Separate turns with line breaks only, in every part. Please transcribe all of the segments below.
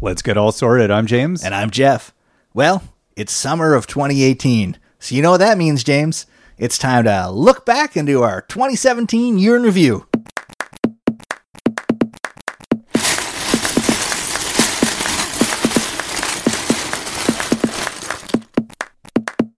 Let's get all sorted. I'm James.
And I'm Jeff. Well, it's summer of 2018. So you know what that means, James. It's time to look back into our 2017 year in review.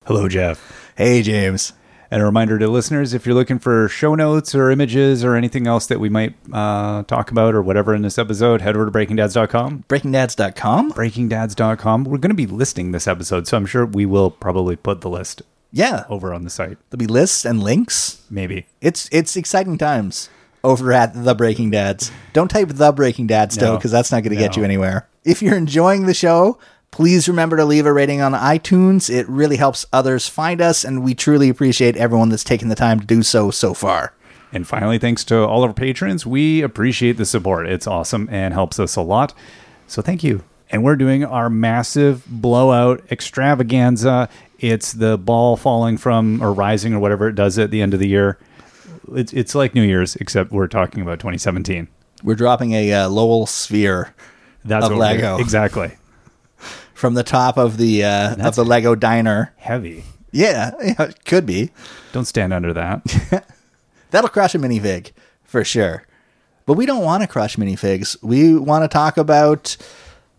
Hello, Jeff.
Hey, James.
And a reminder to listeners if you're looking for show notes or images or anything else that we might uh, talk about or whatever in this episode, head over to breakingdads.com.
BreakingDads.com.
Breakingdads.com. We're going to be listing this episode, so I'm sure we will probably put the list
Yeah,
over on the site.
there'll be lists and links.
Maybe.
It's it's exciting times over at the Breaking Dads. Don't type the Breaking Dads though,
No.
because that's not going to get
No.
you anywhere. If you're enjoying the show, please remember to leave a rating on iTunes. It really helps others find us, and we truly appreciate everyone that's taken the time to do so so far.
And finally, thanks to all of our patrons. We appreciate the support. It's awesome and helps us a lot. So thank you. And we're doing our massive blowout extravaganza. It's the ball falling from or rising or whatever it does at the end of the year. It's, it's like New Year's, except we're talking about 2017.
We're dropping a uh, Lowell sphere
That's
Of
what we're-
Lego.
Exactly.
from the top of the uh, of the Lego diner.
Heavy.
Yeah, yeah, it could be.
Don't stand under that.
That'll crush a minifig for sure. But we don't want to crush minifigs. We want to talk about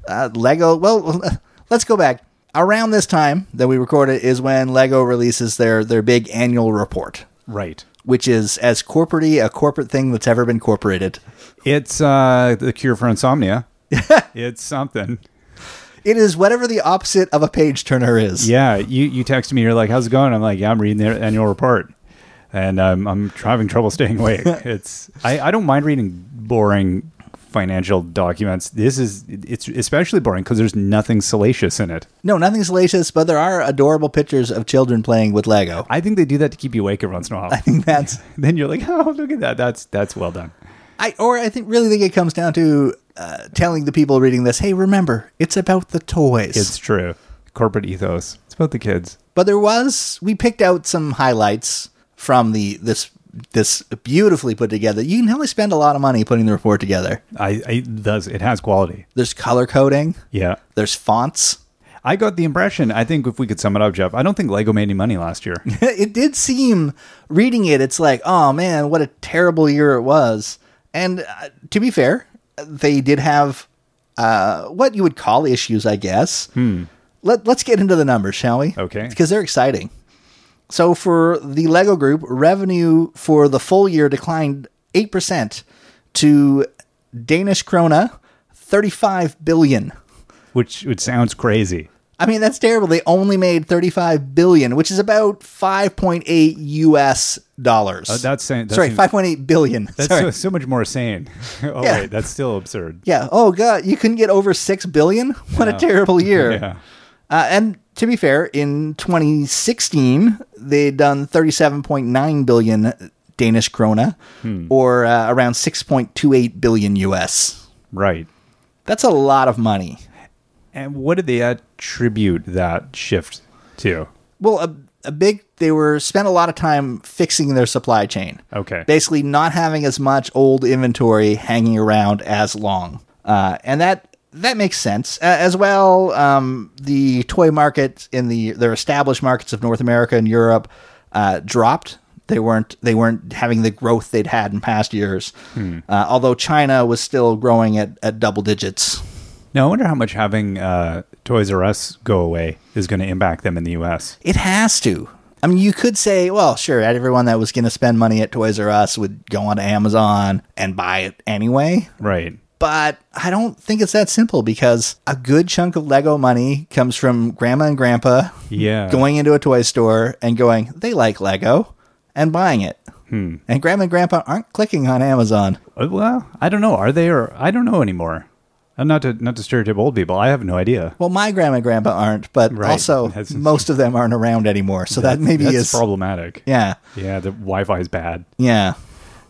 uh, Lego. Well, let's go back. Around this time that we recorded is when Lego releases their their big annual report,
right.
which is as corporate a corporate thing that's ever been corporated.
It's uh, the cure for insomnia. it's something.
It is whatever the opposite of a page turner is.
Yeah, you you text me. You're like, "How's it going?" I'm like, "Yeah, I'm reading the annual report, and I'm I'm having trouble staying awake." it's I I don't mind reading boring financial documents. This is it's especially boring because there's nothing salacious in it.
No, nothing salacious, but there are adorable pictures of children playing with Lego.
I think they do that to keep you awake every once in a while.
I think that's
then you're like, "Oh, look at that! That's that's well done."
I or I think really think it comes down to uh, telling the people reading this, hey, remember, it's about the toys.
It's true. Corporate ethos. It's about the kids.
but there was we picked out some highlights from the this this beautifully put together. You can only spend a lot of money putting the report together.
I it does it has quality.
There's color coding.
Yeah.
There's fonts.
I got the impression. I think if we could sum it up, Jeff, I don't think Lego made any money last year.
it did seem reading it. It's like, oh man, what a terrible year it was. And uh, to be fair, they did have uh, what you would call issues, I guess. Let, let's get into the numbers, shall we?
Okay.
Because they're exciting. So for the Lego Group, revenue for the full year declined 8% to Danish krona 35 billion.
which which sounds crazy.
I mean, that's terrible. They only made 35 billion, which is about 5.8 US dollars.
Uh, that's saying- that
Sorry,
seems-
5.8 billion.
That's
Sorry.
so, so much more sane. oh
Yeah.
wait, that's still absurd.
yeah. Oh god, you couldn't get over 6 billion? What a terrible year.
Yeah.
Uh, and to be fair, in 2016, they'd done 37.9 billion Danish krona
Hmm.
or uh, around 6.28 billion US.
Right.
That's a lot of money.
And what did they attribute that shift to?
Well, a, a big they were spent a lot of time fixing their supply chain.
Okay.
Basically, not having as much old inventory hanging around as long, uh, and that that makes sense A- as well. Um, the toy market in the their established markets of North America and Europe uh, dropped. They weren't they weren't having the growth they'd had in past years. Uh, although China was still growing at, at double digits.
Now I wonder how much having uh, Toys R Us go away is going to impact them in the U.S.
It has to. I mean, you could say, well, sure, everyone that was going to spend money at Toys R Us would go on Amazon and buy it anyway.
Right.
But I don't think it's that simple because a good chunk of Lego money comes from grandma and grandpa
Yeah.
going into a toy store and going, they like Lego and buying it.
Hmm.
And grandma and grandpa aren't clicking on Amazon.
Uh, Well, I don't know. Are they or I don't know anymore. And not to not to stereotype old people. I have no idea.
Well, my grandma and grandpa aren't, but
Right.
also
That's-
most of them aren't around anymore. So that maybe
That's
is.
problematic.
yeah.
Yeah. The Wi-Fi is bad.
Yeah.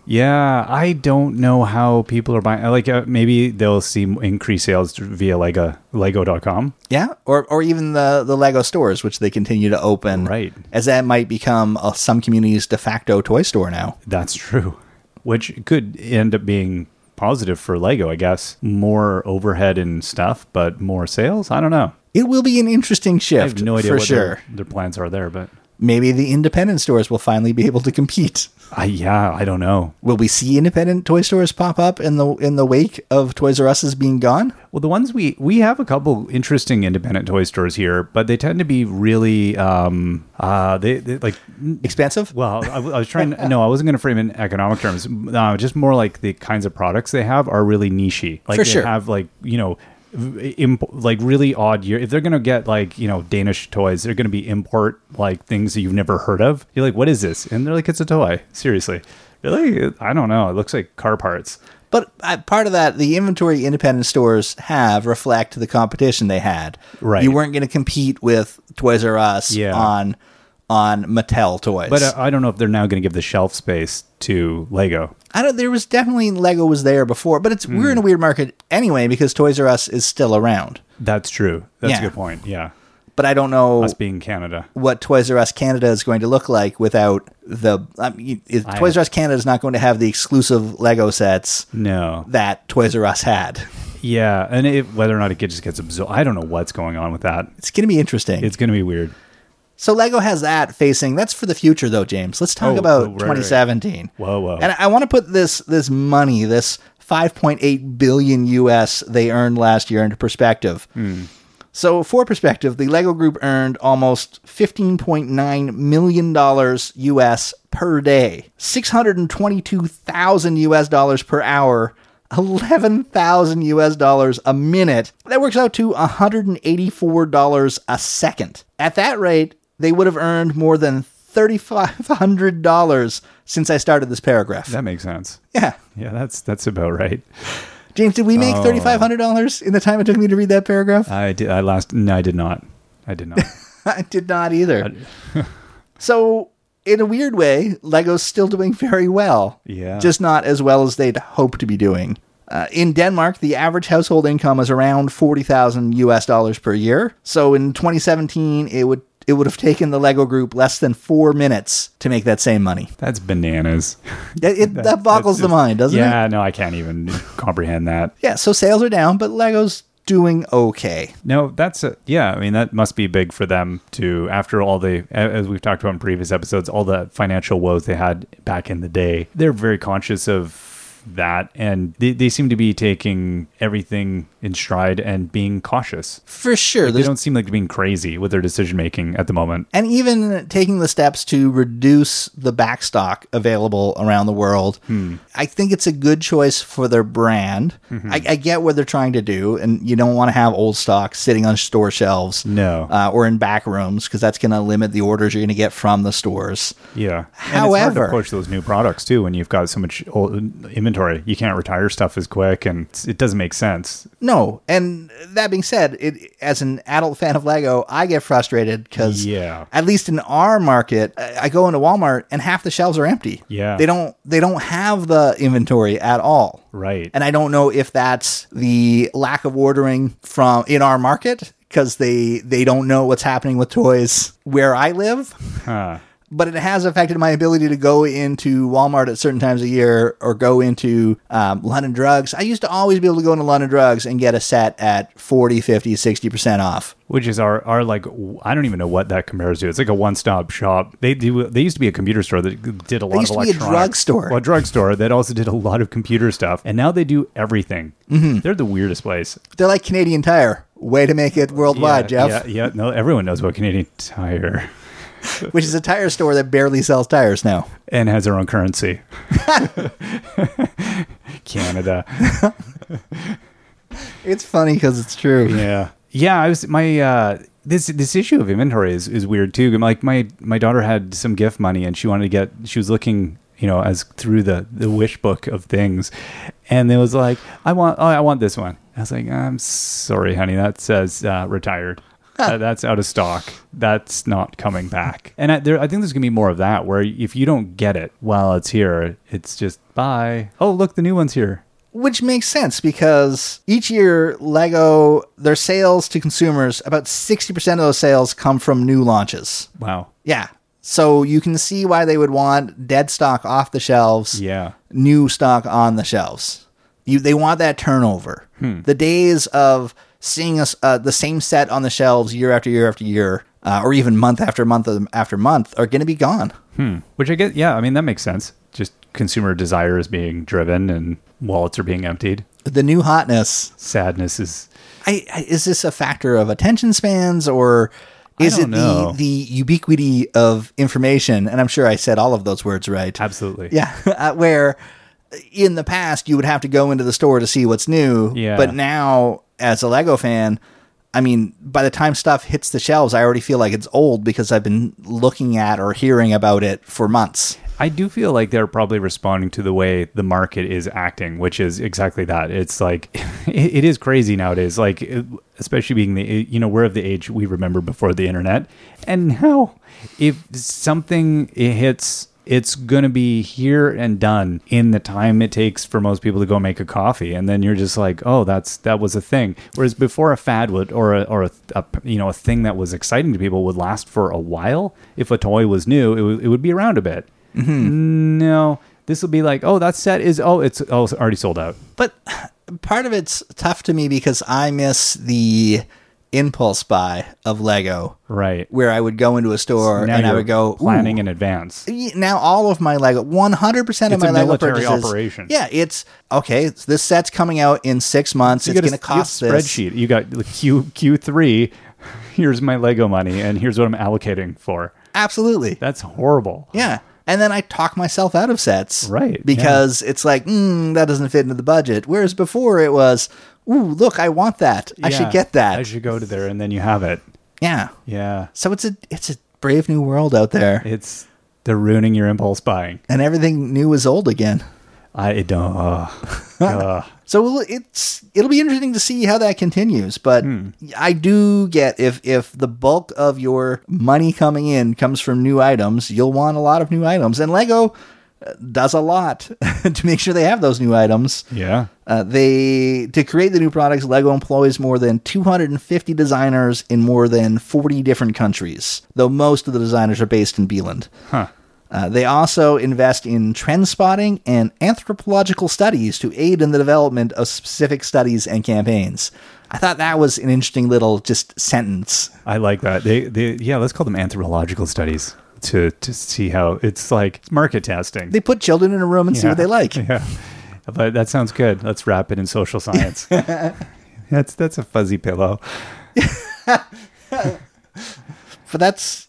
Yeah, I don't know how people are buying. Like uh, maybe they'll see increased sales via Lego Lego.com.
Yeah, or or even the the Lego stores, which they continue to open,
Right.
As that might become uh, some communities' de facto toy store now.
That's true. Which could end up being positive for Lego, I guess. More overhead and stuff, but more sales. I don't know.
It will be an interesting shift.
I have no idea
for
what
sure.
their, their plans are there, but
Maybe the independent stores will finally be able to compete.
I, yeah, I don't know.
Will we see independent toy stores pop up in the in the wake of Toys R Us's being gone?
Well, the ones we we have a couple interesting independent toy stores here, but they tend to be really um uh they, they like
Expensive?
well I, w- I was trying no I wasn't going to frame it in economic terms uh, just more like the kinds of products they have are really nichey like
For
they
sure.
have like you know. v- Imp- like really odd year if they're gonna get like you know danish toys they're gonna be import like things that you've never heard of you're like what is this and they're like it's a toy seriously really i don't know it looks like car parts
But uh, part of that, the inventory independent stores have reflect the competition they had.
Right.
You weren't going to compete with Toys R Us
Yeah.
on on Mattel toys.
But uh, I don't know if they're now going to give the shelf space to Lego.
I don't. There was definitely Lego was there before, but it's we're in a
Hmm.
weird market anyway because Toys R Us is still around.
That's true. That's
Yeah.
a good point. Yeah.
But I don't know
Us being Canada.
what Toys R Us Canada is going to look like without the I mean, it-
I-
Toys R Us Canada is not going to have the exclusive Lego sets
No.
that Toys R Us had.
Yeah. And it, whether or not it gets- just gets absorbed, I don't know what's going on with that.
It's going to be interesting.
It's going to be weird.
so Lego has that facing. That's for the future though, James. Let's talk
Oh,
about
oh, right,
2017.
Whoa, whoa.
And I want to put this this money, this 5.8 billion US they earned last year into perspective.
Hmm.
So for perspective, the Lego group earned almost 15.9 million dollars US per day. 622,000 US dollars per hour. 11,000 US dollars a minute. That works out to $184 a second. At that rate, they would have earned more than $3,500 since I started this paragraph.
that makes sense.
yeah.
Yeah. That's, that's about right.
James, did we make $3,500 in the time it took me to read that paragraph?
I did, I last, no, I did not. I did not.
I did not either. so, in a weird way, Lego's still doing very well.
Yeah.
Just not as well as they'd hoped to be doing. Uh, in Denmark, the average household income is around 40,000 US dollars per year. So in 2017, it would it would have taken the Lego group less than 4 minutes to make that same money.
that's bananas.
It, it- that, boggles
That's
the
just-
mind, doesn't it?
Yeah. No, I can't even comprehend that.
Yeah, so sales are down, but Lego's doing okay.
No, that's a, yeah. I mean, that must be big for them to after all the a- as we've talked about in previous episodes, all the financial woes they had back in the day. They're very conscious of that, and they, they seem to be taking everything in stride and being cautious.
For sure.
They
there's
don't seem like they're being crazy with their decision making at the moment.
and even taking the steps to reduce the backstock available around the world.
Hmm.
I think it's a good choice for their brand.
Mm-hmm.
I, I get what they're trying to do, and you don't want to have old stock sitting on store shelves,
No.
uh, or in back rooms because that's going to limit the orders you're going to get from the stores.
Yeah. and it's hard
However-
to push those new products too when you've got so much old inventory. You can't retire stuff as quick, and it's- it doesn't make sense.
No, and that being said, it, as an adult fan of Lego, I get frustrated because
Yeah.
at least in our market, I I go into Walmart and half the shelves are empty.
Yeah.
they don't they don't have the inventory at all.
Right.
And I don't know if that's the lack of ordering from in our market because they they don't know what's happening with toys where I live.
Huh.
But it has affected my ability to go into Walmart at certain times of year or go into um, London Drugs. I used to always be able to go into London Drugs and get a set at 40, 50, 60% off.
which is our, our like w- I don't even know what that compares to. It's like a one stop shop. They do they used to be a computer store that did a lot
used
of
to be a
electronics.
drugstore.
Well, a drugstore that also did a lot of computer stuff, and now they do everything. They're the weirdest place.
They're like Canadian Tire. Way to make it worldwide,
yeah,
Jeff,
Yeah, yeah. No, everyone knows about Canadian Tire
which is a tire store that barely sells tires now.
and has their own currency. Canada.
It's funny because it's true.
Yeah. Yeah, I was my uh this this issue of inventory is, is weird too. Like my my daughter had some gift money and she wanted to get she was looking, you know, as through the the wish book of things and it was like, I want oh, I want this one. I was like, I'm sorry, honey, that says uh, retired. Uh, that's out of stock. That's not coming back. And I, there, I think there's gonna be more of that. Where if you don't get it while it's here, it's just bye. Oh, look, the new one's here.
which makes sense because each year lego their sales to consumers about 60% of those sales come from new launches
Wow.
yeah so you can see why they would want dead stock off the shelves
Yeah.
new stock on the shelves You, they want that turnover. The days of seeing us uh, the same set on the shelves year after year after year, uh, or even month after month um, after month, are going to be gone.
Which I get, yeah, I mean, that makes sense. Just consumer desire is being driven and wallets are being emptied.
The new hotness
Sadness is,
I, I- is this a factor of attention spans or is it
don't know.
the, the ubiquity of information? And I'm sure I said all of those words right.
Absolutely.
Yeah. uh, Where in the past you would have to go into the store to see what's new.
Yeah.
But now, as a Lego fan, I mean, by the time stuff hits the shelves, I already feel like it's old because I've been looking at or hearing about it for months.
I do feel like they're probably responding to the way the market is acting, which is exactly that. It's like it, it is crazy nowadays. Like it- especially being the you know we're of the age we remember before the internet, and now if something it hits. It's going to be here and done in the time it takes for most people to go make a coffee. And then you're just like, oh, that's, that was a thing. Whereas before a fad would, or a, or a, a you know, a thing that was exciting to people would last for a while. If a toy was new, it, w- it would be around a bit no this will be like oh that set is oh it's oh it's already sold out
But part of it's tough to me because I miss the impulse buy of Lego.
right
where I would go into a store
now
and I
you're
would go
planning
"Ooh."
in advance
now all of my Lego, one hundred percent of
It's a
my Lego
military
purchases.
operation.
Yeah, it's okay. so This set's coming out in six months.
You
it's
got a-
going to cost
you have a
this.
spreadsheet you got the q q3 here's my lego money and here's what i'm allocating for
Absolutely.
that's horrible
yeah, and then I talk myself out of sets,
Right, yeah.
Because it's like mm, that doesn't fit into the budget. Whereas before it was, ooh, look, I want that. I
Yeah,
should get that.
i should go to there and then you have it
yeah.
yeah
So it's a it's a brave new world out there,
it's they're ruining your impulse buying
and everything new is old again.
i it don't uh, uh,
So we'll- it's it'll be interesting to see how that continues, but I do get if if the bulk of your money coming in comes from new items, you'll want a lot of new items, and Lego uh, does a lot to make sure they have those new items.
yeah
Uh, they to create the new products, Lego employs more than 250 designers in more than 40 different countries, though most of the designers are based in Beeland.
huh
Uh, they also invest in trend spotting and anthropological studies to aid in the development of specific studies and campaigns. I thought that was an interesting little just sentence.
I like that. They, they, yeah, let's call them anthropological studies to to see how it's like it's market testing.
They put children in a room and see what
Yeah.
they like.
Yeah, but that sounds good. Let's wrap it in social science. that's that's a fuzzy pillow.
But that's,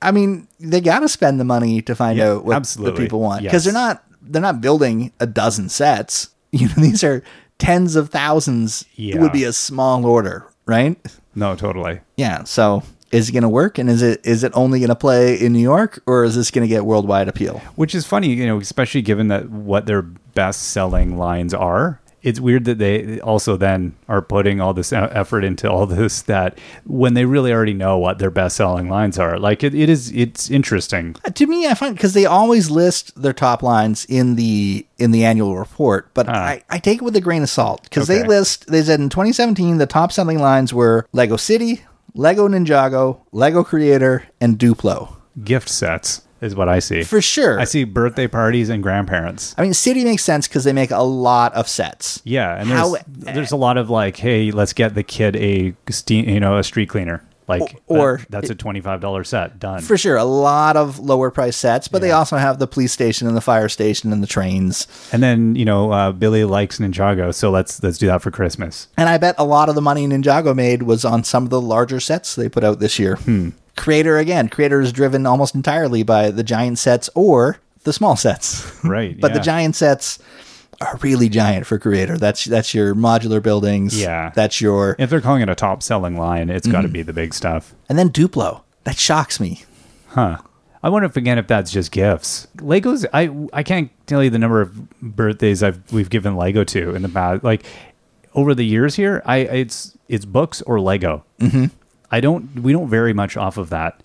I mean, they got to spend the money to find
Yeah,
out what
absolutely.
the people want
Yes.
because they're not they're not building a dozen sets. You know, these are tens of thousands. It
Yeah.
would be a small order, right?
No, totally.
yeah so is it going to work and is it is it only going to play in new york or is this going to get worldwide appeal
Which is funny, you know, especially given that what their best selling lines are. It's weird that they also then are putting all this e- effort into all this that when they really already know what their best selling lines are. Like it, it is, it's interesting.
to me i find because they always list their top lines in the in the annual report but I, I take it with a grain of salt because they
Okay.
list they said in 2017 the top selling lines were lego city lego ninjago lego creator and duplo
Gift sets is what I see
for sure
I see birthday parties and grandparents.
I mean city makes sense because they make a lot of sets
Yeah, and there's
How-
there's a lot of like, hey, let's get the kid a steam, you know, a street cleaner. Like,
Or-
that- that's a twenty five dollar set done.
for sure a lot of lower price sets but they also have the police station and the fire station and the trains
and then you know, uh, Billy likes Ninjago, so let's let's do that for Christmas.
And I bet a lot of the money Ninjago made was on some of the larger sets they put out this year.
Hmm.
Creator again, creator is driven almost entirely by the giant sets or the small sets.
Right,
Mm-hmm. but the
yeah.
giant sets are really giant for creator. That's that's your modular buildings.
Yeah.
That's your
If they're calling it a top selling line, it's
Mm-hmm.
got to be the big stuff,
and then Duplo. That shocks me.
huh? I wonder if again if that's just gifts. Legos, I I can't tell you the number of birthdays I've we've given Lego to in the past. Like over the years here, I it's it's books or Lego.
Mm-hmm.
I don't. We don't vary much off of that.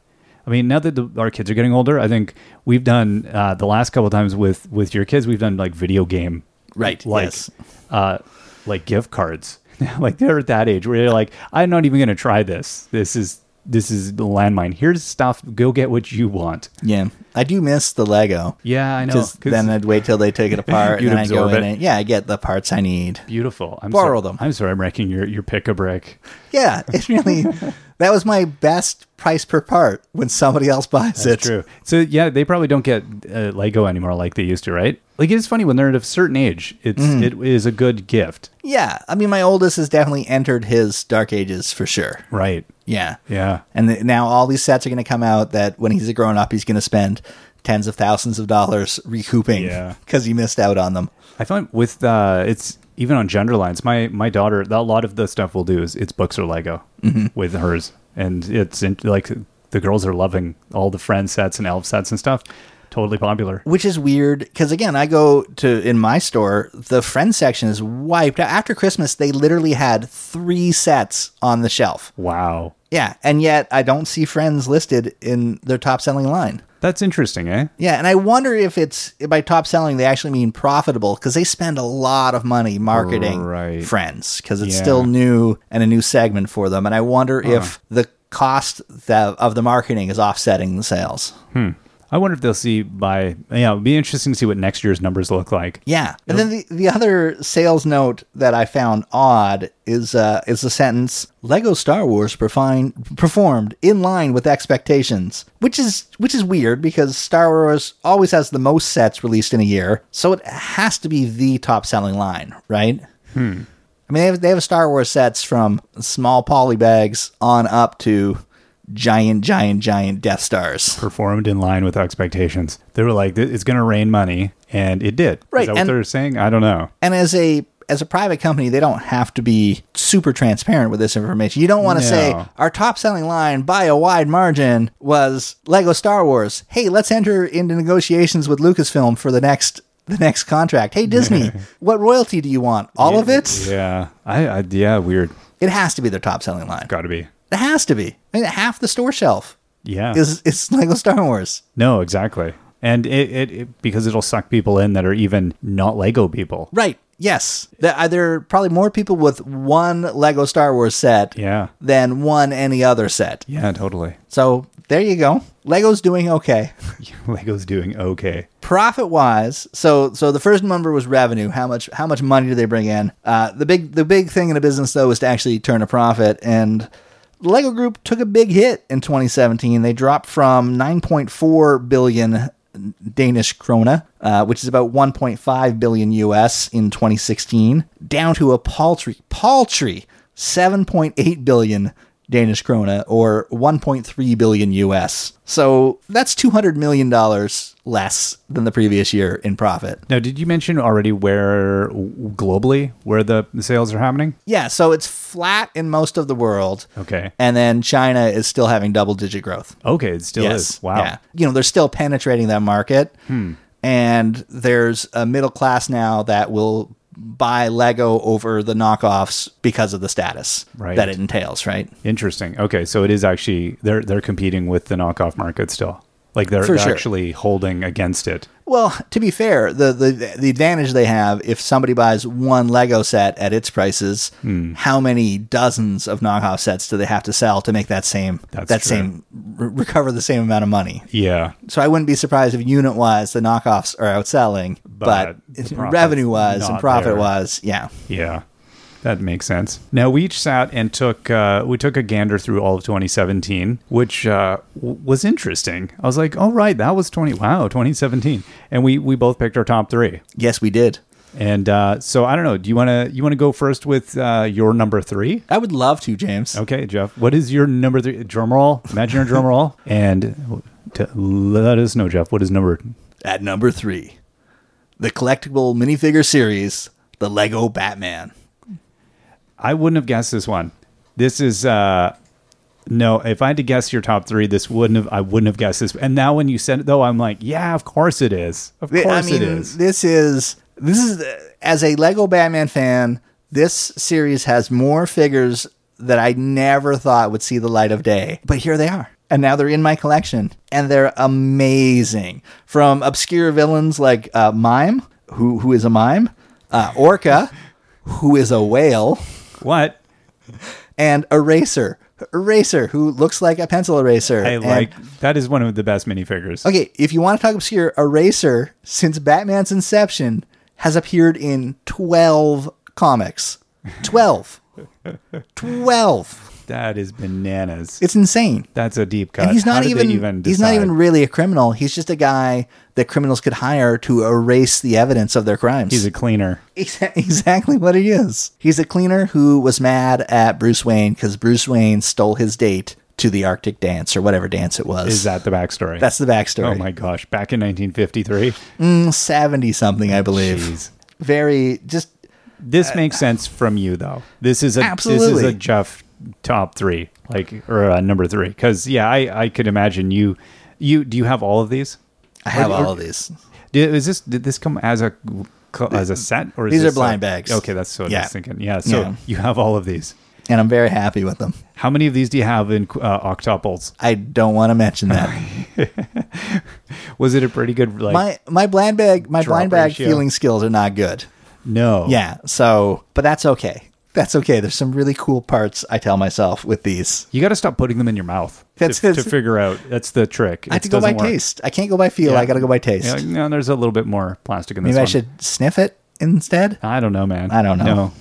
I mean, now that the, our kids are getting older, I think we've done uh, the last couple times with with your kids, we've done like video game,
Right,
Like,
yes.
uh, like gift cards. like they're at that age where they're like, I'm not even going to try this. This is this is the landmine. Here's stuff. Go get what you want.
Yeah, I do miss the Lego.
Yeah, I know.
Because
'cause
then I'd wait till they take it apart
You'd
and then I go
absorb
in
it.
and yeah, I get the parts I need.
beautiful. I'm
Borrow
so-
them.
I'm sorry, I'm wrecking your your pick a brick.
Yeah, it's really that was my best price per part when somebody else buys it.
That's true. So yeah, they probably don't get uh, Lego anymore like they used to, right? Like it's funny when they're at a certain age, it's it is a good gift,
Yeah, I mean my oldest has definitely entered his dark ages for sure.
right?
Yeah.
Yeah,
And th- now all these sets are going to come out that when he's a grown up, he's going to spend tens of thousands of dollars recouping
Yeah.
because he missed out on them.
I find with uh, it's even on gender lines. My my daughter, a lot of the stuff we'll do is it's books or Lego with hers, and it's in, like the girls are loving all the friend sets and elf sets and stuff. Totally popular.
Which is weird because again, I go to in my store, the friend section is wiped out. After Christmas, they literally had three sets on the shelf.
Wow,
Yeah, and yet I don't see friends listed in their top selling line.
that's interesting, eh?
Yeah, and I wonder if it's by top selling they actually mean profitable because they spend a lot of money marketing
Right.
friends because it's
Yeah.
still new and a new segment for them. And I wonder if the cost that, of the marketing is offsetting the sales.
I wonder if they'll see by yeah. It'll be interesting to see what next year's numbers look like.
Yeah, and then the, the other sales note that I found odd is uh, is the sentence Lego Star Wars perfine, performed in line with expectations, which is which is weird because Star Wars always has the most sets released in a year, so it has to be the top selling line, right? Hmm. I mean, they have they have Star Wars sets from small poly bags on up to giant, giant, giant Death Stars.
performed in line with expectations. They were like, "It's going to rain money," and it did.
Right,
Is that what
and-
they're saying? I don't know.
and as a as a private company they don't have to be super transparent with this information you don't want to
No.
say our top selling line by a wide margin was lego star wars hey let's enter into negotiations with lucasfilm for the next the next contract hey disney what royalty do you want all of it
Yeah, I, I yeah, weird.
it has to be their top selling line
Got to be.
it has to be I mean, half the store shelf
Yeah.
is is lego star wars
no, exactly. And it, it, it because it'll suck people in that are even not Lego people.
right yes there are there are probably more people with one lego star wars set
Yeah.
than one any other set
Yeah, totally.
So there you go. Lego's doing okay.
Lego's doing okay.
Profit wise, so so the first number was revenue. How much how much money do they bring in? Uh, the big the big thing in a business though is to actually turn a profit. And the Lego Group took a big hit in 2017. They dropped from 9.4 billion Danish krona, uh, which is about 1.5 billion US in 2016, down to a paltry paltry 7.8 billion Danish krona or 1.3 billion US. So that's 200 million dollars less than the previous year in profit.
Now, did you mention already where w- globally where the sales are happening?
Yeah, so it's flat in most of the world.
Okay.
And then China is still having double digit growth.
Okay, it still is. Wow. Hmm.
Yeah. You know, they're still penetrating that market. And there's a middle class now that will buy Lego over the knockoffs because of the status
Right.
that it entails, right?
Interesting. Okay, so it is actually they're they're competing with the knockoff market still. Like they're,
For
they're
sure.
actually holding against it.
Well, to be fair, the, the the advantage they have if somebody buys one Lego set at its prices,
Hmm.
how many dozens of knockoff sets do they have to sell to make that same
That's
that
true.
same re- recover the same amount of money?
Yeah.
So I wouldn't be surprised if unit wise the knockoffs are outselling, but,
But the profit's
revenue wise and
not
profit wise, yeah.
Yeah. That makes sense. Now we each sat and took uh, we took a gander through all of 2017, which uh, w- was interesting. I was like, "All right, that was 20 wow, 2017." And we we both picked our top 3.
Yes, we did.
And uh, so I don't know, do you want to you want to go first with uh, your number 3?
I would love to, James.
Okay, Jeff. What is your number 3 drum roll? Imagine your drum roll and to let us know, Jeff, what is number
At number three, the collectible minifigure series, the Lego Batman.
I wouldn't have guessed this one. This is uh no, if I had to guess your top three, this wouldn't have I wouldn't have guessed this. And now when you said it though, I'm like, yeah, of course it is. Of
Th-
course
I
it
mean,
is.
this is this is uh, as a Lego Batman fan, this series has more figures that I never thought would see the light of day. But here they are. And now they're in my collection and they're amazing. From obscure villains like uh, Mime, who who is a mime, uh, Orca, who is a whale,
What?
and Eraser, Eraser, who looks like a pencil eraser.
I
And-
like that is one of the best minifigures.
Okay, if you want to talk obscure, Eraser, since Batman's inception, has appeared in 12 comics. 12. 12.
That is bananas.
It's insane.
That's a deep cut.
And he's
How
not
did
even,
they even
he's not
decide?
even really a criminal. He's just a guy that criminals could hire to erase the evidence of their crimes.
He's a cleaner.
Exa- exactly what he is. He's a cleaner who was mad at Bruce Wayne because Bruce Wayne stole his date to the Arctic dance or whatever dance it was.
Is that the backstory?
That's the
oh
backstory.
my gosh. Back in 1953,
70 something, I believe.
Jeez.
Very just
this makes sense from you though. This is a this is a
Uh, Absolutely.
Jeff top three, like or uh, number three. Because yeah, I I could imagine you you do you have all of these?
I have
Or- or-
all of these.
Did, is this did this come as a co- as a set or is
These are
this a-
blind bags.
Okay, that's what I
Yeah.
was thinking. Yeah, so
Yeah.
you have all of these.
And I'm very happy with them.
How many of these do you have in uh, octoples?
I don't want to mention that.
Was it a pretty good like?
my my blind bag my
Drop
blind bag
ratio. Oh.
feeling skills are not good.
no.
Yeah. So but that's okay. That's okay. There's some really cool parts I tell myself with these.
You got to stop putting them in your mouth
That's-
to, to
that's-
figure out. That's the trick.
I have
It
to go by
doesn't work.
taste. I can't go by feel. I got to go by taste.
Yeah, no, there's a little bit more plastic in this
Maybe I
one.
should sniff it instead.
I don't know, man.
I don't know.
No.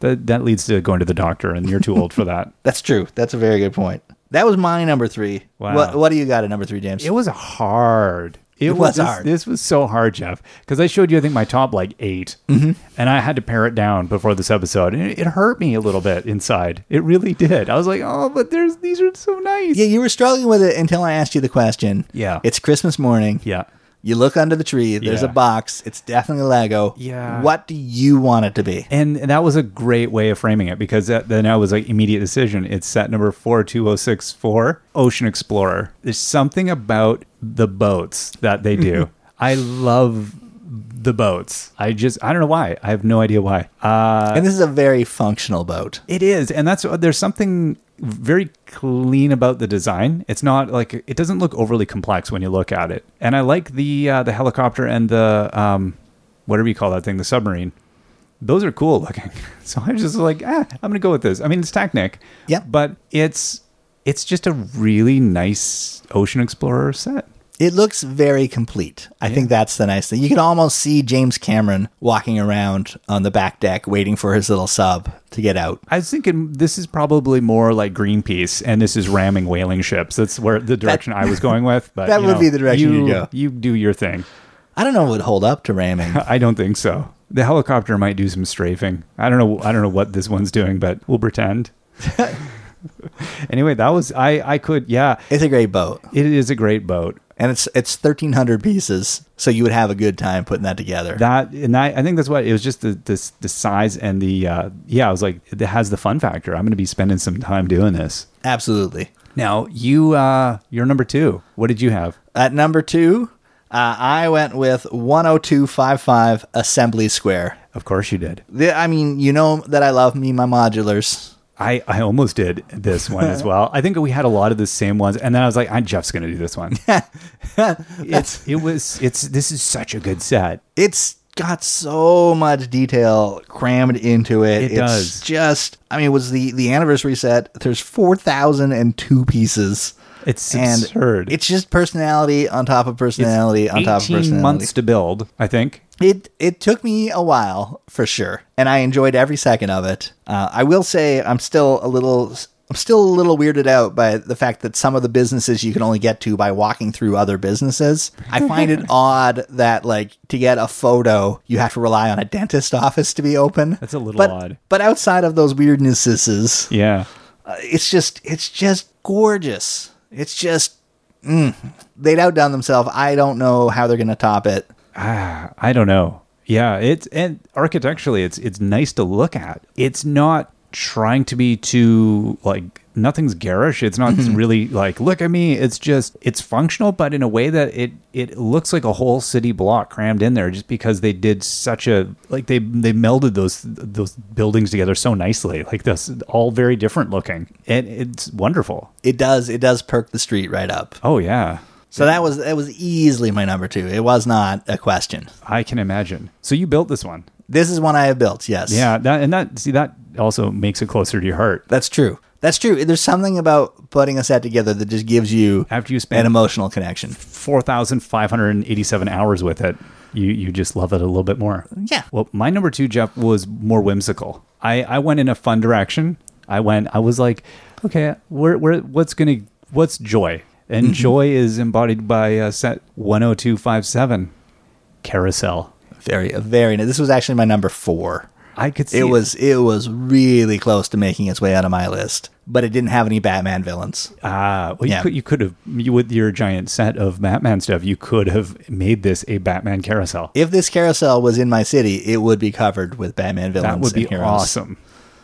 That that leads to going to the doctor, and you're too old for that.
That's true. That's a very good point. That was my number three.
Wow.
What What do you got at number three, James?
It was hard. It,
was
this-
hard.
This was so hard, Jeff, because I showed you, I think, my top like 8 mm-hmm. and I had to pare it down before this episode, and it, it hurt me a little bit inside. It really did. I was like, oh, but there's these are so nice.
yeah, you were struggling with it until I asked you the question.
Yeah.
It's Christmas morning.
yeah.
You look under the tree. There's
Yeah.
a box. It's definitely Lego.
Yeah.
What do you want it to be?
And that was a great way of framing it because that, then I was like immediate decision. It's set number 42064, Ocean Explorer. There's something about the boats that they do. I love the boats. I just I don't know why. I have no idea why. Uh
and this is a very functional boat.
it is. And that's there's something very clean about the design. It's not like it doesn't look overly complex when you look at it. And I like the uh, the helicopter and the um whatever you call that thing, the submarine. Those are cool looking. So I just was like, ah, I'm gonna go with this. I mean, it's Technic,
Yeah.
but it's it's just a really nice ocean explorer set.
It looks very complete. I think that's the nice thing. You can almost see James Cameron walking around on the back deck waiting for his little sub to get out.
I was thinking this is probably more like Greenpeace, and this is ramming whaling ships. That's where the direction I was going with. But
That
you
would
know,
be the direction you'd go.
You do your thing.
I don't know if it would hold up to ramming.
I don't think so. The helicopter might do some strafing. I don't know. I don't know what this one's doing, but we'll pretend. anyway, that was I. I could. Yeah,
it's a great boat.
it is a great boat.
and it's it's 1300 pieces so you would have a good time putting that together
That and I, I think that's what it was. Just the this the size and the uh, yeah. I was like, it has the fun factor. I'm going to be spending some time doing this.
absolutely
Now you uh, you're number two. What did you have?
at number two uh, i went with 10255 assembly square
Of course you did.
the, i mean you know that i love me my modulars
I, I almost did this one as well. I think we had a lot of the same ones, and then I was like, "I'm Jeff's going to do this one." it's it was it's this is such a good set.
it's got so much detail crammed into it.
It
it's
does.
just I mean it was the the anniversary set. There's 4002 pieces.
It's
and
absurd.
It's just personality on top of personality on top of personality.
months to build, I think.
It it took me a while for sure, and I enjoyed every second of it. Uh, I will say I'm still a little I'm still a little weirded out by the fact that some of the businesses you can only get to by walking through other businesses. I find it odd that like to get a photo you have to rely on a dentist office to be open.
That's a little
But-
odd.
But outside of those weirdnesses,
Yeah,
uh, it's just it's just gorgeous. It's just mm, they'd outdone themselves. I don't know how they're going to top it.
ah, I don't know. Yeah, it's and architecturally, it's it's nice to look at. It's not trying to be too like nothing's garish. It's not really like look at me. It's just it's functional, but in a way that it it looks like a whole city block crammed in there, just because they did such a like they they melded those those buildings together so nicely. Like this, all very different looking, and it's wonderful.
It does. It does perk the street right up.
Oh yeah.
So that was that was easily my number two. It was not a question.
I can imagine. So you built this one.
This is one I have built. Yes.
Yeah, that and that see that also makes it closer to your heart.
That's true. That's true. There's something about putting a set together that just gives you
After you
an
spend
emotional connection.
4,587 hours with it, you, you just love it a little bit more.
Yeah.
Well, my number two, Jeff, was more whimsical. I, I went in a fun direction. I went, I was like, okay, where, where, what's going to, what's joy? And
Mm-hmm.
joy is embodied by uh, set 10257, Carousel.
Very, very. This was actually my number four.
I could see
It was it was really close to making its way out of my list, but it didn't have any Batman villains.
Ah, well, you
Yeah.
could you could have you with your giant set of Batman stuff, you could have made this a Batman carousel.
If this carousel was in my city, it would be covered with Batman villains.
that would be
and heroes.
awesome.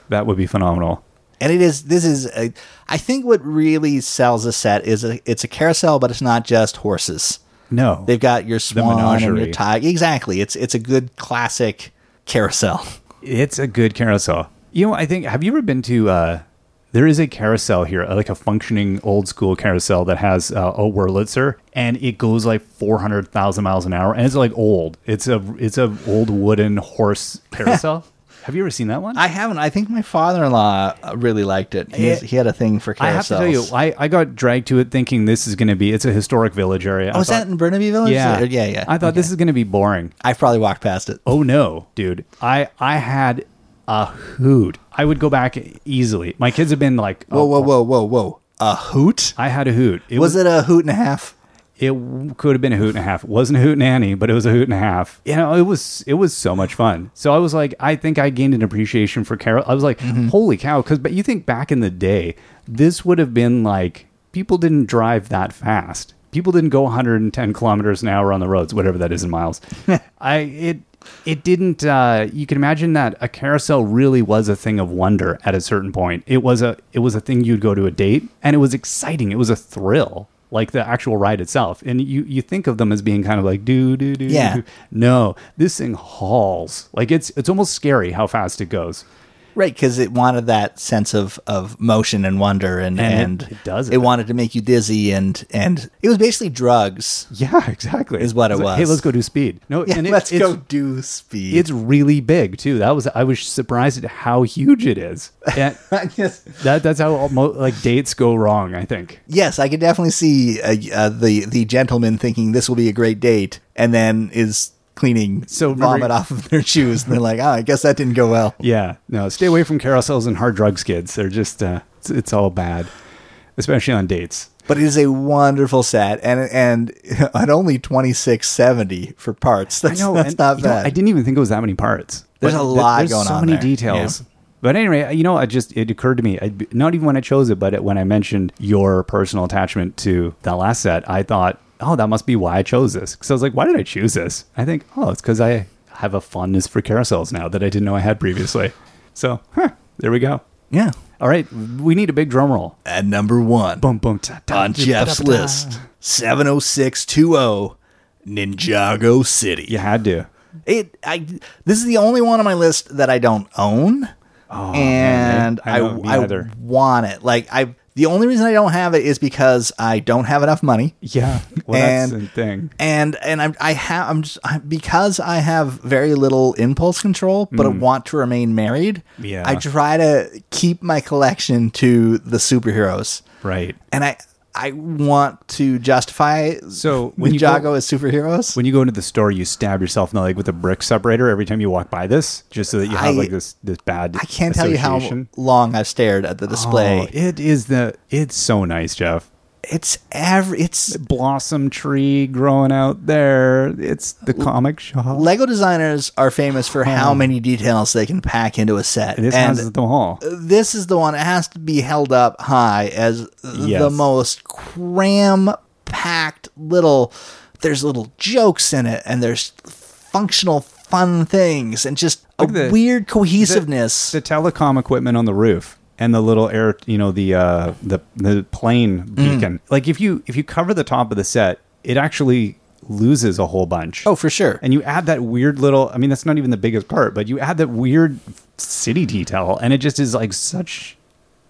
That would be phenomenal.
And it is this is a, I think what really sells a set is a, it's a carousel, but it's not just horses.
No,
They've got your swan and your
menagerie.
tiger. Exactly. It's it's a good classic carousel.
it's a good carousel. You know, I think have you ever been to? uh There is a carousel here, uh, like a functioning old school carousel that has uh, a Wurlitzer, and it goes like four hundred thousand miles an hour, and it's like old. It's a it's a old wooden horse carousel. have you ever seen that one?
I haven't. I think my father-in-law uh, really liked it.
It-
He's, he had a thing for carousels.
I have to tell you, I, I got dragged to it thinking this is going to be, it's a historic village area.
Oh, is that in Burnaby Village?
Yeah.
yeah, yeah.
I thought this is going to be boring.
I've probably walked past it.
Oh, no, dude. I, I had a hoot. I would go back easily. My kids have been like,
Whoa,
oh,
whoa, whoa, whoa, whoa! A hoot?
I had a hoot. It
Was it a hoot and a half?
It w- could have been a hoot and a half. It wasn't a hoot and Annie, but it was a hoot and a half. You know, it was it was so much fun. So I was like, I think I gained an appreciation for Carol. I was like, holy cow! Because but you think back in the day, this would have been like people didn't drive that fast. People didn't go 110 kilometers an hour on the roads, whatever that is in miles. I it it didn't. Uh, you can imagine that a carousel really was a thing of wonder at a certain point. It was a it was a thing you'd go to a date, and it was exciting. It was a thrill like the actual ride itself. And you you think of them as being kind of like do do do.
Yeah.
do. No, this thing hauls. Like it's it's almost scary how fast it goes.
Right, because it wanted that sense of, of motion and wonder, and
And
and,
it- it does
It
it.
wanted to make you dizzy, and and it was basically drugs.
Yeah, exactly.
Is what it
It's like,
was.
Hey, let's go do speed. No,
Yeah,
and it,
let's
it's,
go do speed.
It's really big too. That was I was surprised at how huge it is. And
I guess-
that that's how almost, like dates go wrong. I think.
yes, I could definitely see uh, uh, the the gentleman thinking this will be a great date, and then is cleaning
So remember-
vomit off of their shoes, and they're like, oh, I guess that didn't go well.
Yeah, no, stay away from carousels and hard drugs, kids. They're just uh, it's, it's all bad, especially on dates.
But it is a wonderful set, and and at only twenty six seventy for parts. That's, that's
and,
not
you know,
bad.
I didn't even think it was that many parts.
There's
But
a
th-
lot
there's
going
so
on
many
there.
details. But anyway, you know, I just it occurred to me, I, not even when I chose it, but it, when I mentioned your personal attachment to that last set, I thought, oh, that must be why I chose this. Because I was like, why did I choose this? I think, oh, it's because I have a fondness for carousels now that I didn't know I had previously. So, huh, there we go.
yeah.
All right, we need a big drum roll.
At number one
Boom, boom, ta, ta,
on
ta, ta,
Jeff's
ta, ta.
list, seven oh six two oh, Ninjago City.
You had to.
It. I. This is the only one on my list that I don't own,
Oh, man,
and
I- I
I
know, me
I,
either.
want it. Like I. The only reason I don't have it is because I don't have enough money.
Yeah, well, that's
And-
the thing.
and and I'm I have I'm just I, because I have very little impulse control, but I want to remain married.
Hmm. Yeah.
I try to keep my collection to the superheroes,
Right.
and I I want to justify
So, when you
Ninjago
go-
as superheroes.
When you go into the store, you stab yourself in the leg with a brick separator every time you walk by this, just so that you have
I-
like this this bad.
I can't tell you how
association.
long I've stared at the display.
Oh, it is the it's so nice, Jeff.
it's every it's
Blossom tree growing out there. It's the comic shop.
Lego designers are famous for how many details they can pack into a set.
Oh. This
and uh,
has the hall.
this is the one that has to be held up high as the
Yes.
most cram packed little there's little jokes in it and there's functional fun things and just a
Look at the-
weird cohesiveness
The telecom equipment on the roof and the little air, you know, the uh, the the plane
Mm.
beacon. Like if you if you cover the top of the set, it actually loses a whole bunch.
oh for sure
and you add that weird little i mean that's not even the biggest part but you add that weird city detail and it just is like such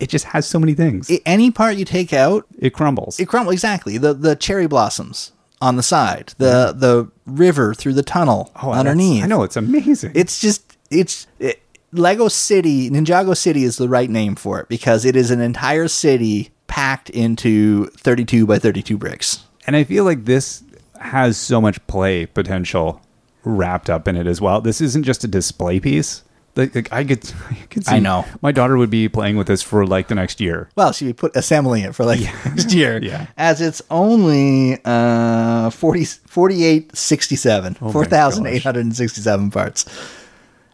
it just has so many things it,
I- any part you take out
crumbles
it crumbles exactly the the cherry blossoms on the side the the river through the tunnel
Oh, that's-
underneath
i know it's amazing
it's just it's it, Lego City, Ninjago City is the right name for it because it is an entire city packed into 32 by 32 bricks.
And I feel like this has so much play potential wrapped up in it as well. This isn't just a display piece. Like, like I could, I could see.
I know.
my daughter would be playing with this for like the next year.
Well, she'd be put assembling it for like next year.
Yeah.
As it's only uh 40 4867,
Oh my
4867 parts.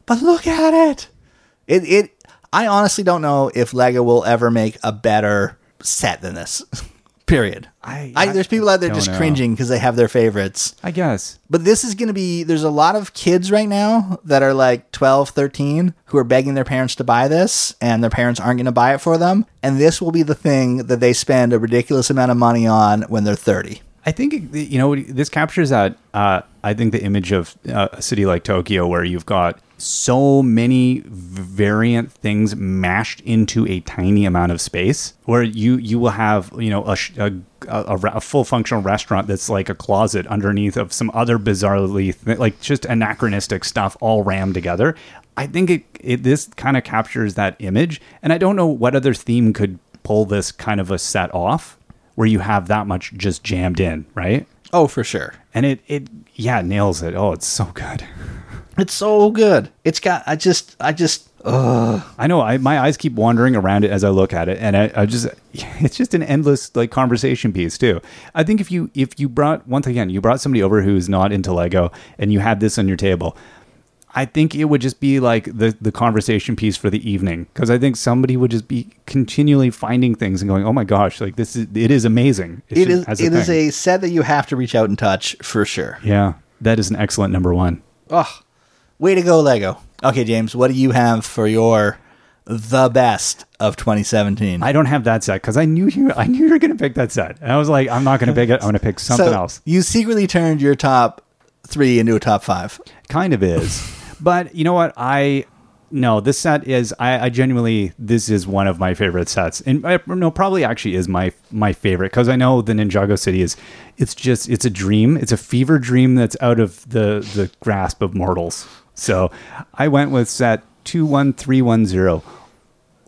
But look at it. It it I honestly don't know if Lego will ever make a better set than this. Period.
I- I
there's people out there
don't
just
know.
cringing because they have their favorites.
I guess.
But this is going to be there's a lot of kids right now that are like 12, 13 who are begging their parents to buy this and their parents aren't going to buy it for them and this will be the thing that they spend a ridiculous amount of money on when they're 30.
I think you know this captures that. Uh, I think the image of uh, a city like Tokyo, where you've got so many variant things mashed into a tiny amount of space, where you you will have you know a sh- a, a, a full functional restaurant that's like a closet underneath of some other bizarrely th- like just anachronistic stuff all rammed together. I think it, it this kind of captures that image, and I don't know what other theme could pull this kind of a set off where you have that much just jammed in, right?
Oh, for sure.
And it it yeah nails it. Oh, it's so good.
It's so good. It's got I just I just
I know. I my eyes keep wandering around it as I look at it, and I, I just it's just an endless like conversation piece too. I think if you if you brought once again you brought somebody over who's not into Lego and you had this on your table. I think it would just be like the, the conversation piece for the evening because I think somebody would just be continually finding things and going, "Oh my gosh, like this is it is amazing." It's
it
just
is
as
it is
thing.
a set that you have to reach out and touch for sure.
yeah. That is an excellent number one.
Oh, way to go Lego. Okay, James, what do you have for your the best of 2017?
I don't have that set because I knew you. I knew you were going to pick that set, and I was like, I'm not going to pick it. I'm going to pick something else.
You secretly turned your top three into a top five.
Kind of is, but you know what? I no, this set is. I, I genuinely, this is one of my favorite sets, and I, no, probably actually is my my favorite because I know the Ninjago City is. It's just it's a dream. It's a fever dream that's out of the the grasp of mortals. So I went with set two one three one zero.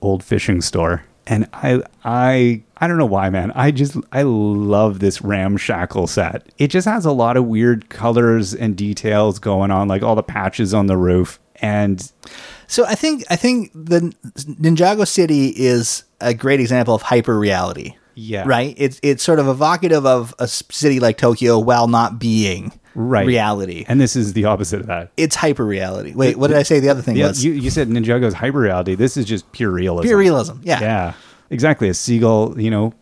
old fishing store and i i i don't know why man i just i love this ramshackle set it just has a lot of weird colors and details going on like all the patches on the roof and
So I think I think the Ninjago City is a great example of hyper reality.
Yeah.
Right. It's it's sort of evocative of a s- city like Tokyo while not being
right
reality.
and this is the opposite of that
it's hyper reality. Wait, what did I say? The other thing
yeah
was
you, you said ninjago's hyper reality this is just pure realism
pure realism. Yeah.
yeah exactly a seagull you know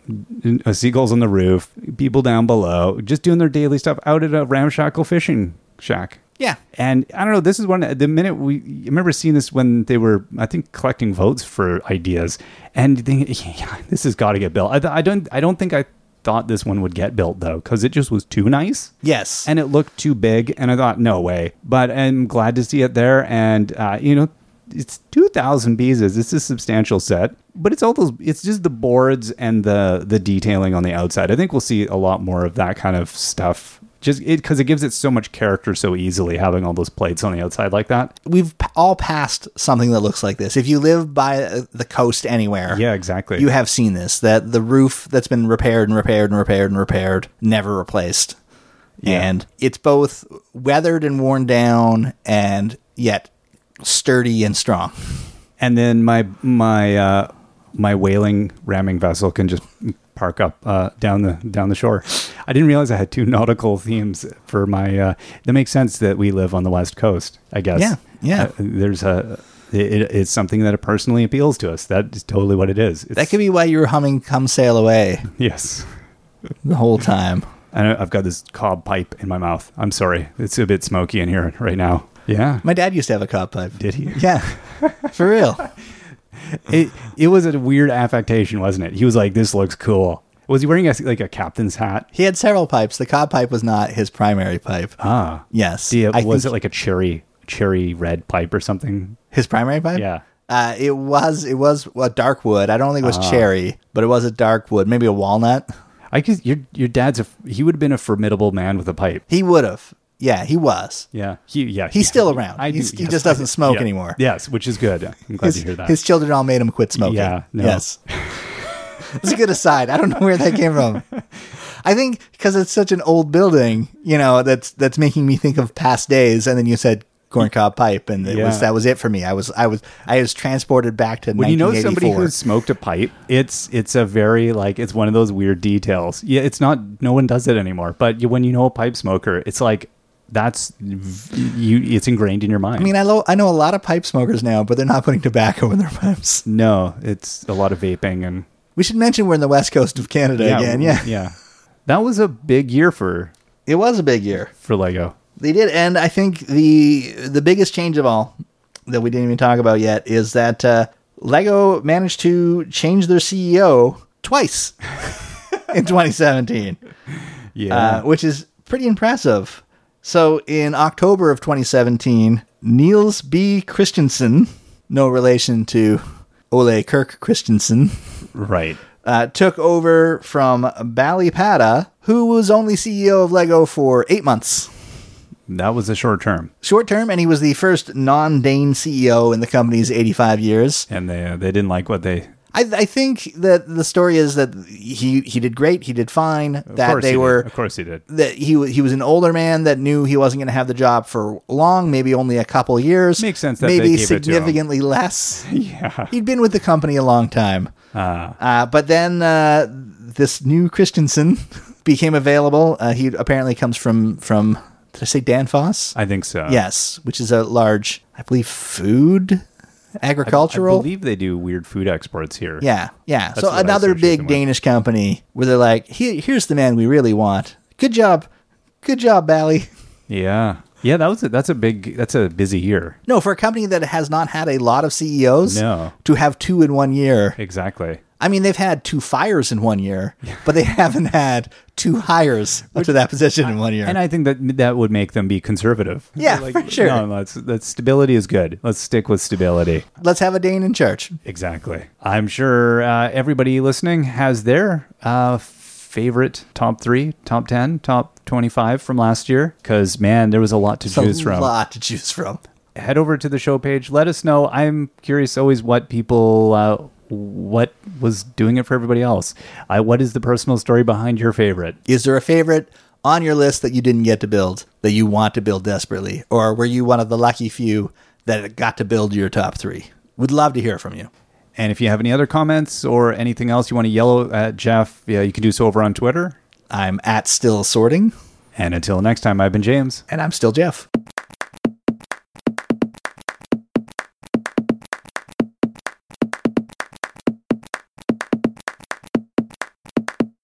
a seagull's on the roof people down below just doing their daily stuff out at a ramshackle fishing shack
Yeah.
And I don't know. This is one. The minute we I remember seeing this when they were, I think, collecting votes for ideas, and thinking, yeah, this has got to get built. I, th- I don't. I don't think I thought this one would get built though, because it just was too nice.
Yes.
And it looked too big, and I thought, no way. But I'm glad to see it there, and uh, you know, it's 2,000 pieces. It's a substantial set, but it's all those. It's just the boards and the the detailing on the outside. I think we'll see a lot more of that kind of stuff. Just it because it gives it so much character so easily, having all those plates on the outside like that.
we've p- all passed something that looks like this. If you live by uh, the coast anywhere,
Yeah, exactly.
you have seen this that the roof that's been repaired and repaired and repaired and repaired never replaced
Yeah.
and it's both weathered and worn down and yet sturdy and strong
and then my my uh, my whaling ramming vessel can just park up uh, down the down the shore. I didn't realize I had two nautical themes for my. Uh, that makes sense that we live on the west coast. I guess.
Yeah, yeah.
Uh, there's a. It, it- it's something that personally appeals to us. That is totally what it is. It's,
that could be why you were humming come sail away
yes.
the whole time
And I- I've got this cob pipe in my mouth. I'm sorry. It's a bit smoky in here right now. Yeah.
my dad used to have a cob pipe
Did he?
yeah for real
it it was a weird affectation, wasn't it? He was like, "This looks cool." Was he wearing a, like a captain's hat?
he had several pipes the cob pipe was not his primary pipe
Ah,
yes
Do you-
I
was
think
it like a cherry cherry red pipe or something?
his primary pipe
Yeah.
uh, it was it was a dark wood. I don't think it
Ah.
was cherry, but it was a dark wood, maybe a walnut.
I guess your your dad's a he would have been a formidable man with a pipe.
He would have. Yeah, he was.
Yeah, he yeah
He's
yeah.
still around.
I do-
He's- he
yes,
just
I
doesn't
do.
smoke
Yeah.
anymore.
Yes, which is good. I'm glad
his,
to hear that.
his children all made him quit smoking.
Yeah, no.
Yes. It's a good aside. I don't know where that came from. I think because it's such an old building, you know, that's that's making me think of past days. And then you said corncob pipe, and it
Yeah.
was that was it for me. I was I was I was transported back to
when you know somebody
1984.
who smoked a pipe, it's it's a very like it's one of those weird details. Yeah, it's not no one does it anymore. But you, when you know a pipe smoker, it's like that's v- you. It's ingrained in your mind.
I mean, I know I know a lot of pipe smokers now, but they're not putting tobacco in their pipes.
no, it's a lot of vaping and
We should mention we're in the west coast of Canada again. Yeah,
yeah. That was a big year for
it was a big year.
for Lego.
They did, and I think the the biggest change of all that we didn't even talk about yet is that uh, Lego managed to change their CEO twice in 2017,
Yeah,
uh, which is pretty impressive. So in October of 2017, Niels B. Christensen, no relation to Ole Kirk Christensen,
right.
uh, took over from Ballypata, who was only CEO of Lego for eight months
That was a short term,
short term, and he was the first non Dane CEO in the company's 85 years.
and they uh, they didn't like what they.
I, I think that the story is that he he did great, he did fine.
of
that
course
they
he
were
Did. Of course he did.
that he wa- he was an older man that knew he wasn't going to have the job for long, maybe only a couple years.
Makes sense that
maybe
they gave it to him.
significantly less.
Yeah.
He'd been with the company a long time.
Ah.
Uh, but then uh, this new Christensen became available. Uh, he apparently comes from from did I say Danfoss?
I think so.
Yes, which is a large, I believe, food, agricultural.
I believe they do weird food exports here.
yeah, yeah. so
what I
another
associate them
big
with.
Danish company where they're like, Here, here's the man we really want. Good job, good job, Bally.
Yeah. Yeah, that was a, that's a big that's a busy year.
No, for a company that has not had a lot of CEOs,
No.
to have two in one year.
Exactly.
I mean, they've had two fires in one year, but they haven't had two hires up to that position in one year.
And I think that that would make them be conservative.
Yeah, for sure.
No, that's that stability is good. Let's stick with stability.
Let's have a Dane in charge.
Exactly. I'm sure uh, everybody listening has their uh, favorite top three, top ten, top twenty-five from last year. Because man, there was a lot to
It's a
choose from.
lot to choose from.
head over to the show page. Let us know. I'm curious always what people, uh, what was doing it for everybody else. Uh, what is the personal story behind your favorite?
Is there a favorite on your list that you didn't get to build that you want to build desperately? Or were you one of the lucky few that got to build your top three? We'd love to hear from you.
And if you have any other comments or anything else you want to yell at Jeff, yeah, you can do so over on Twitter.
I'm at Still Sorting,
And until next time, I've been James.
and I'm still Jeff.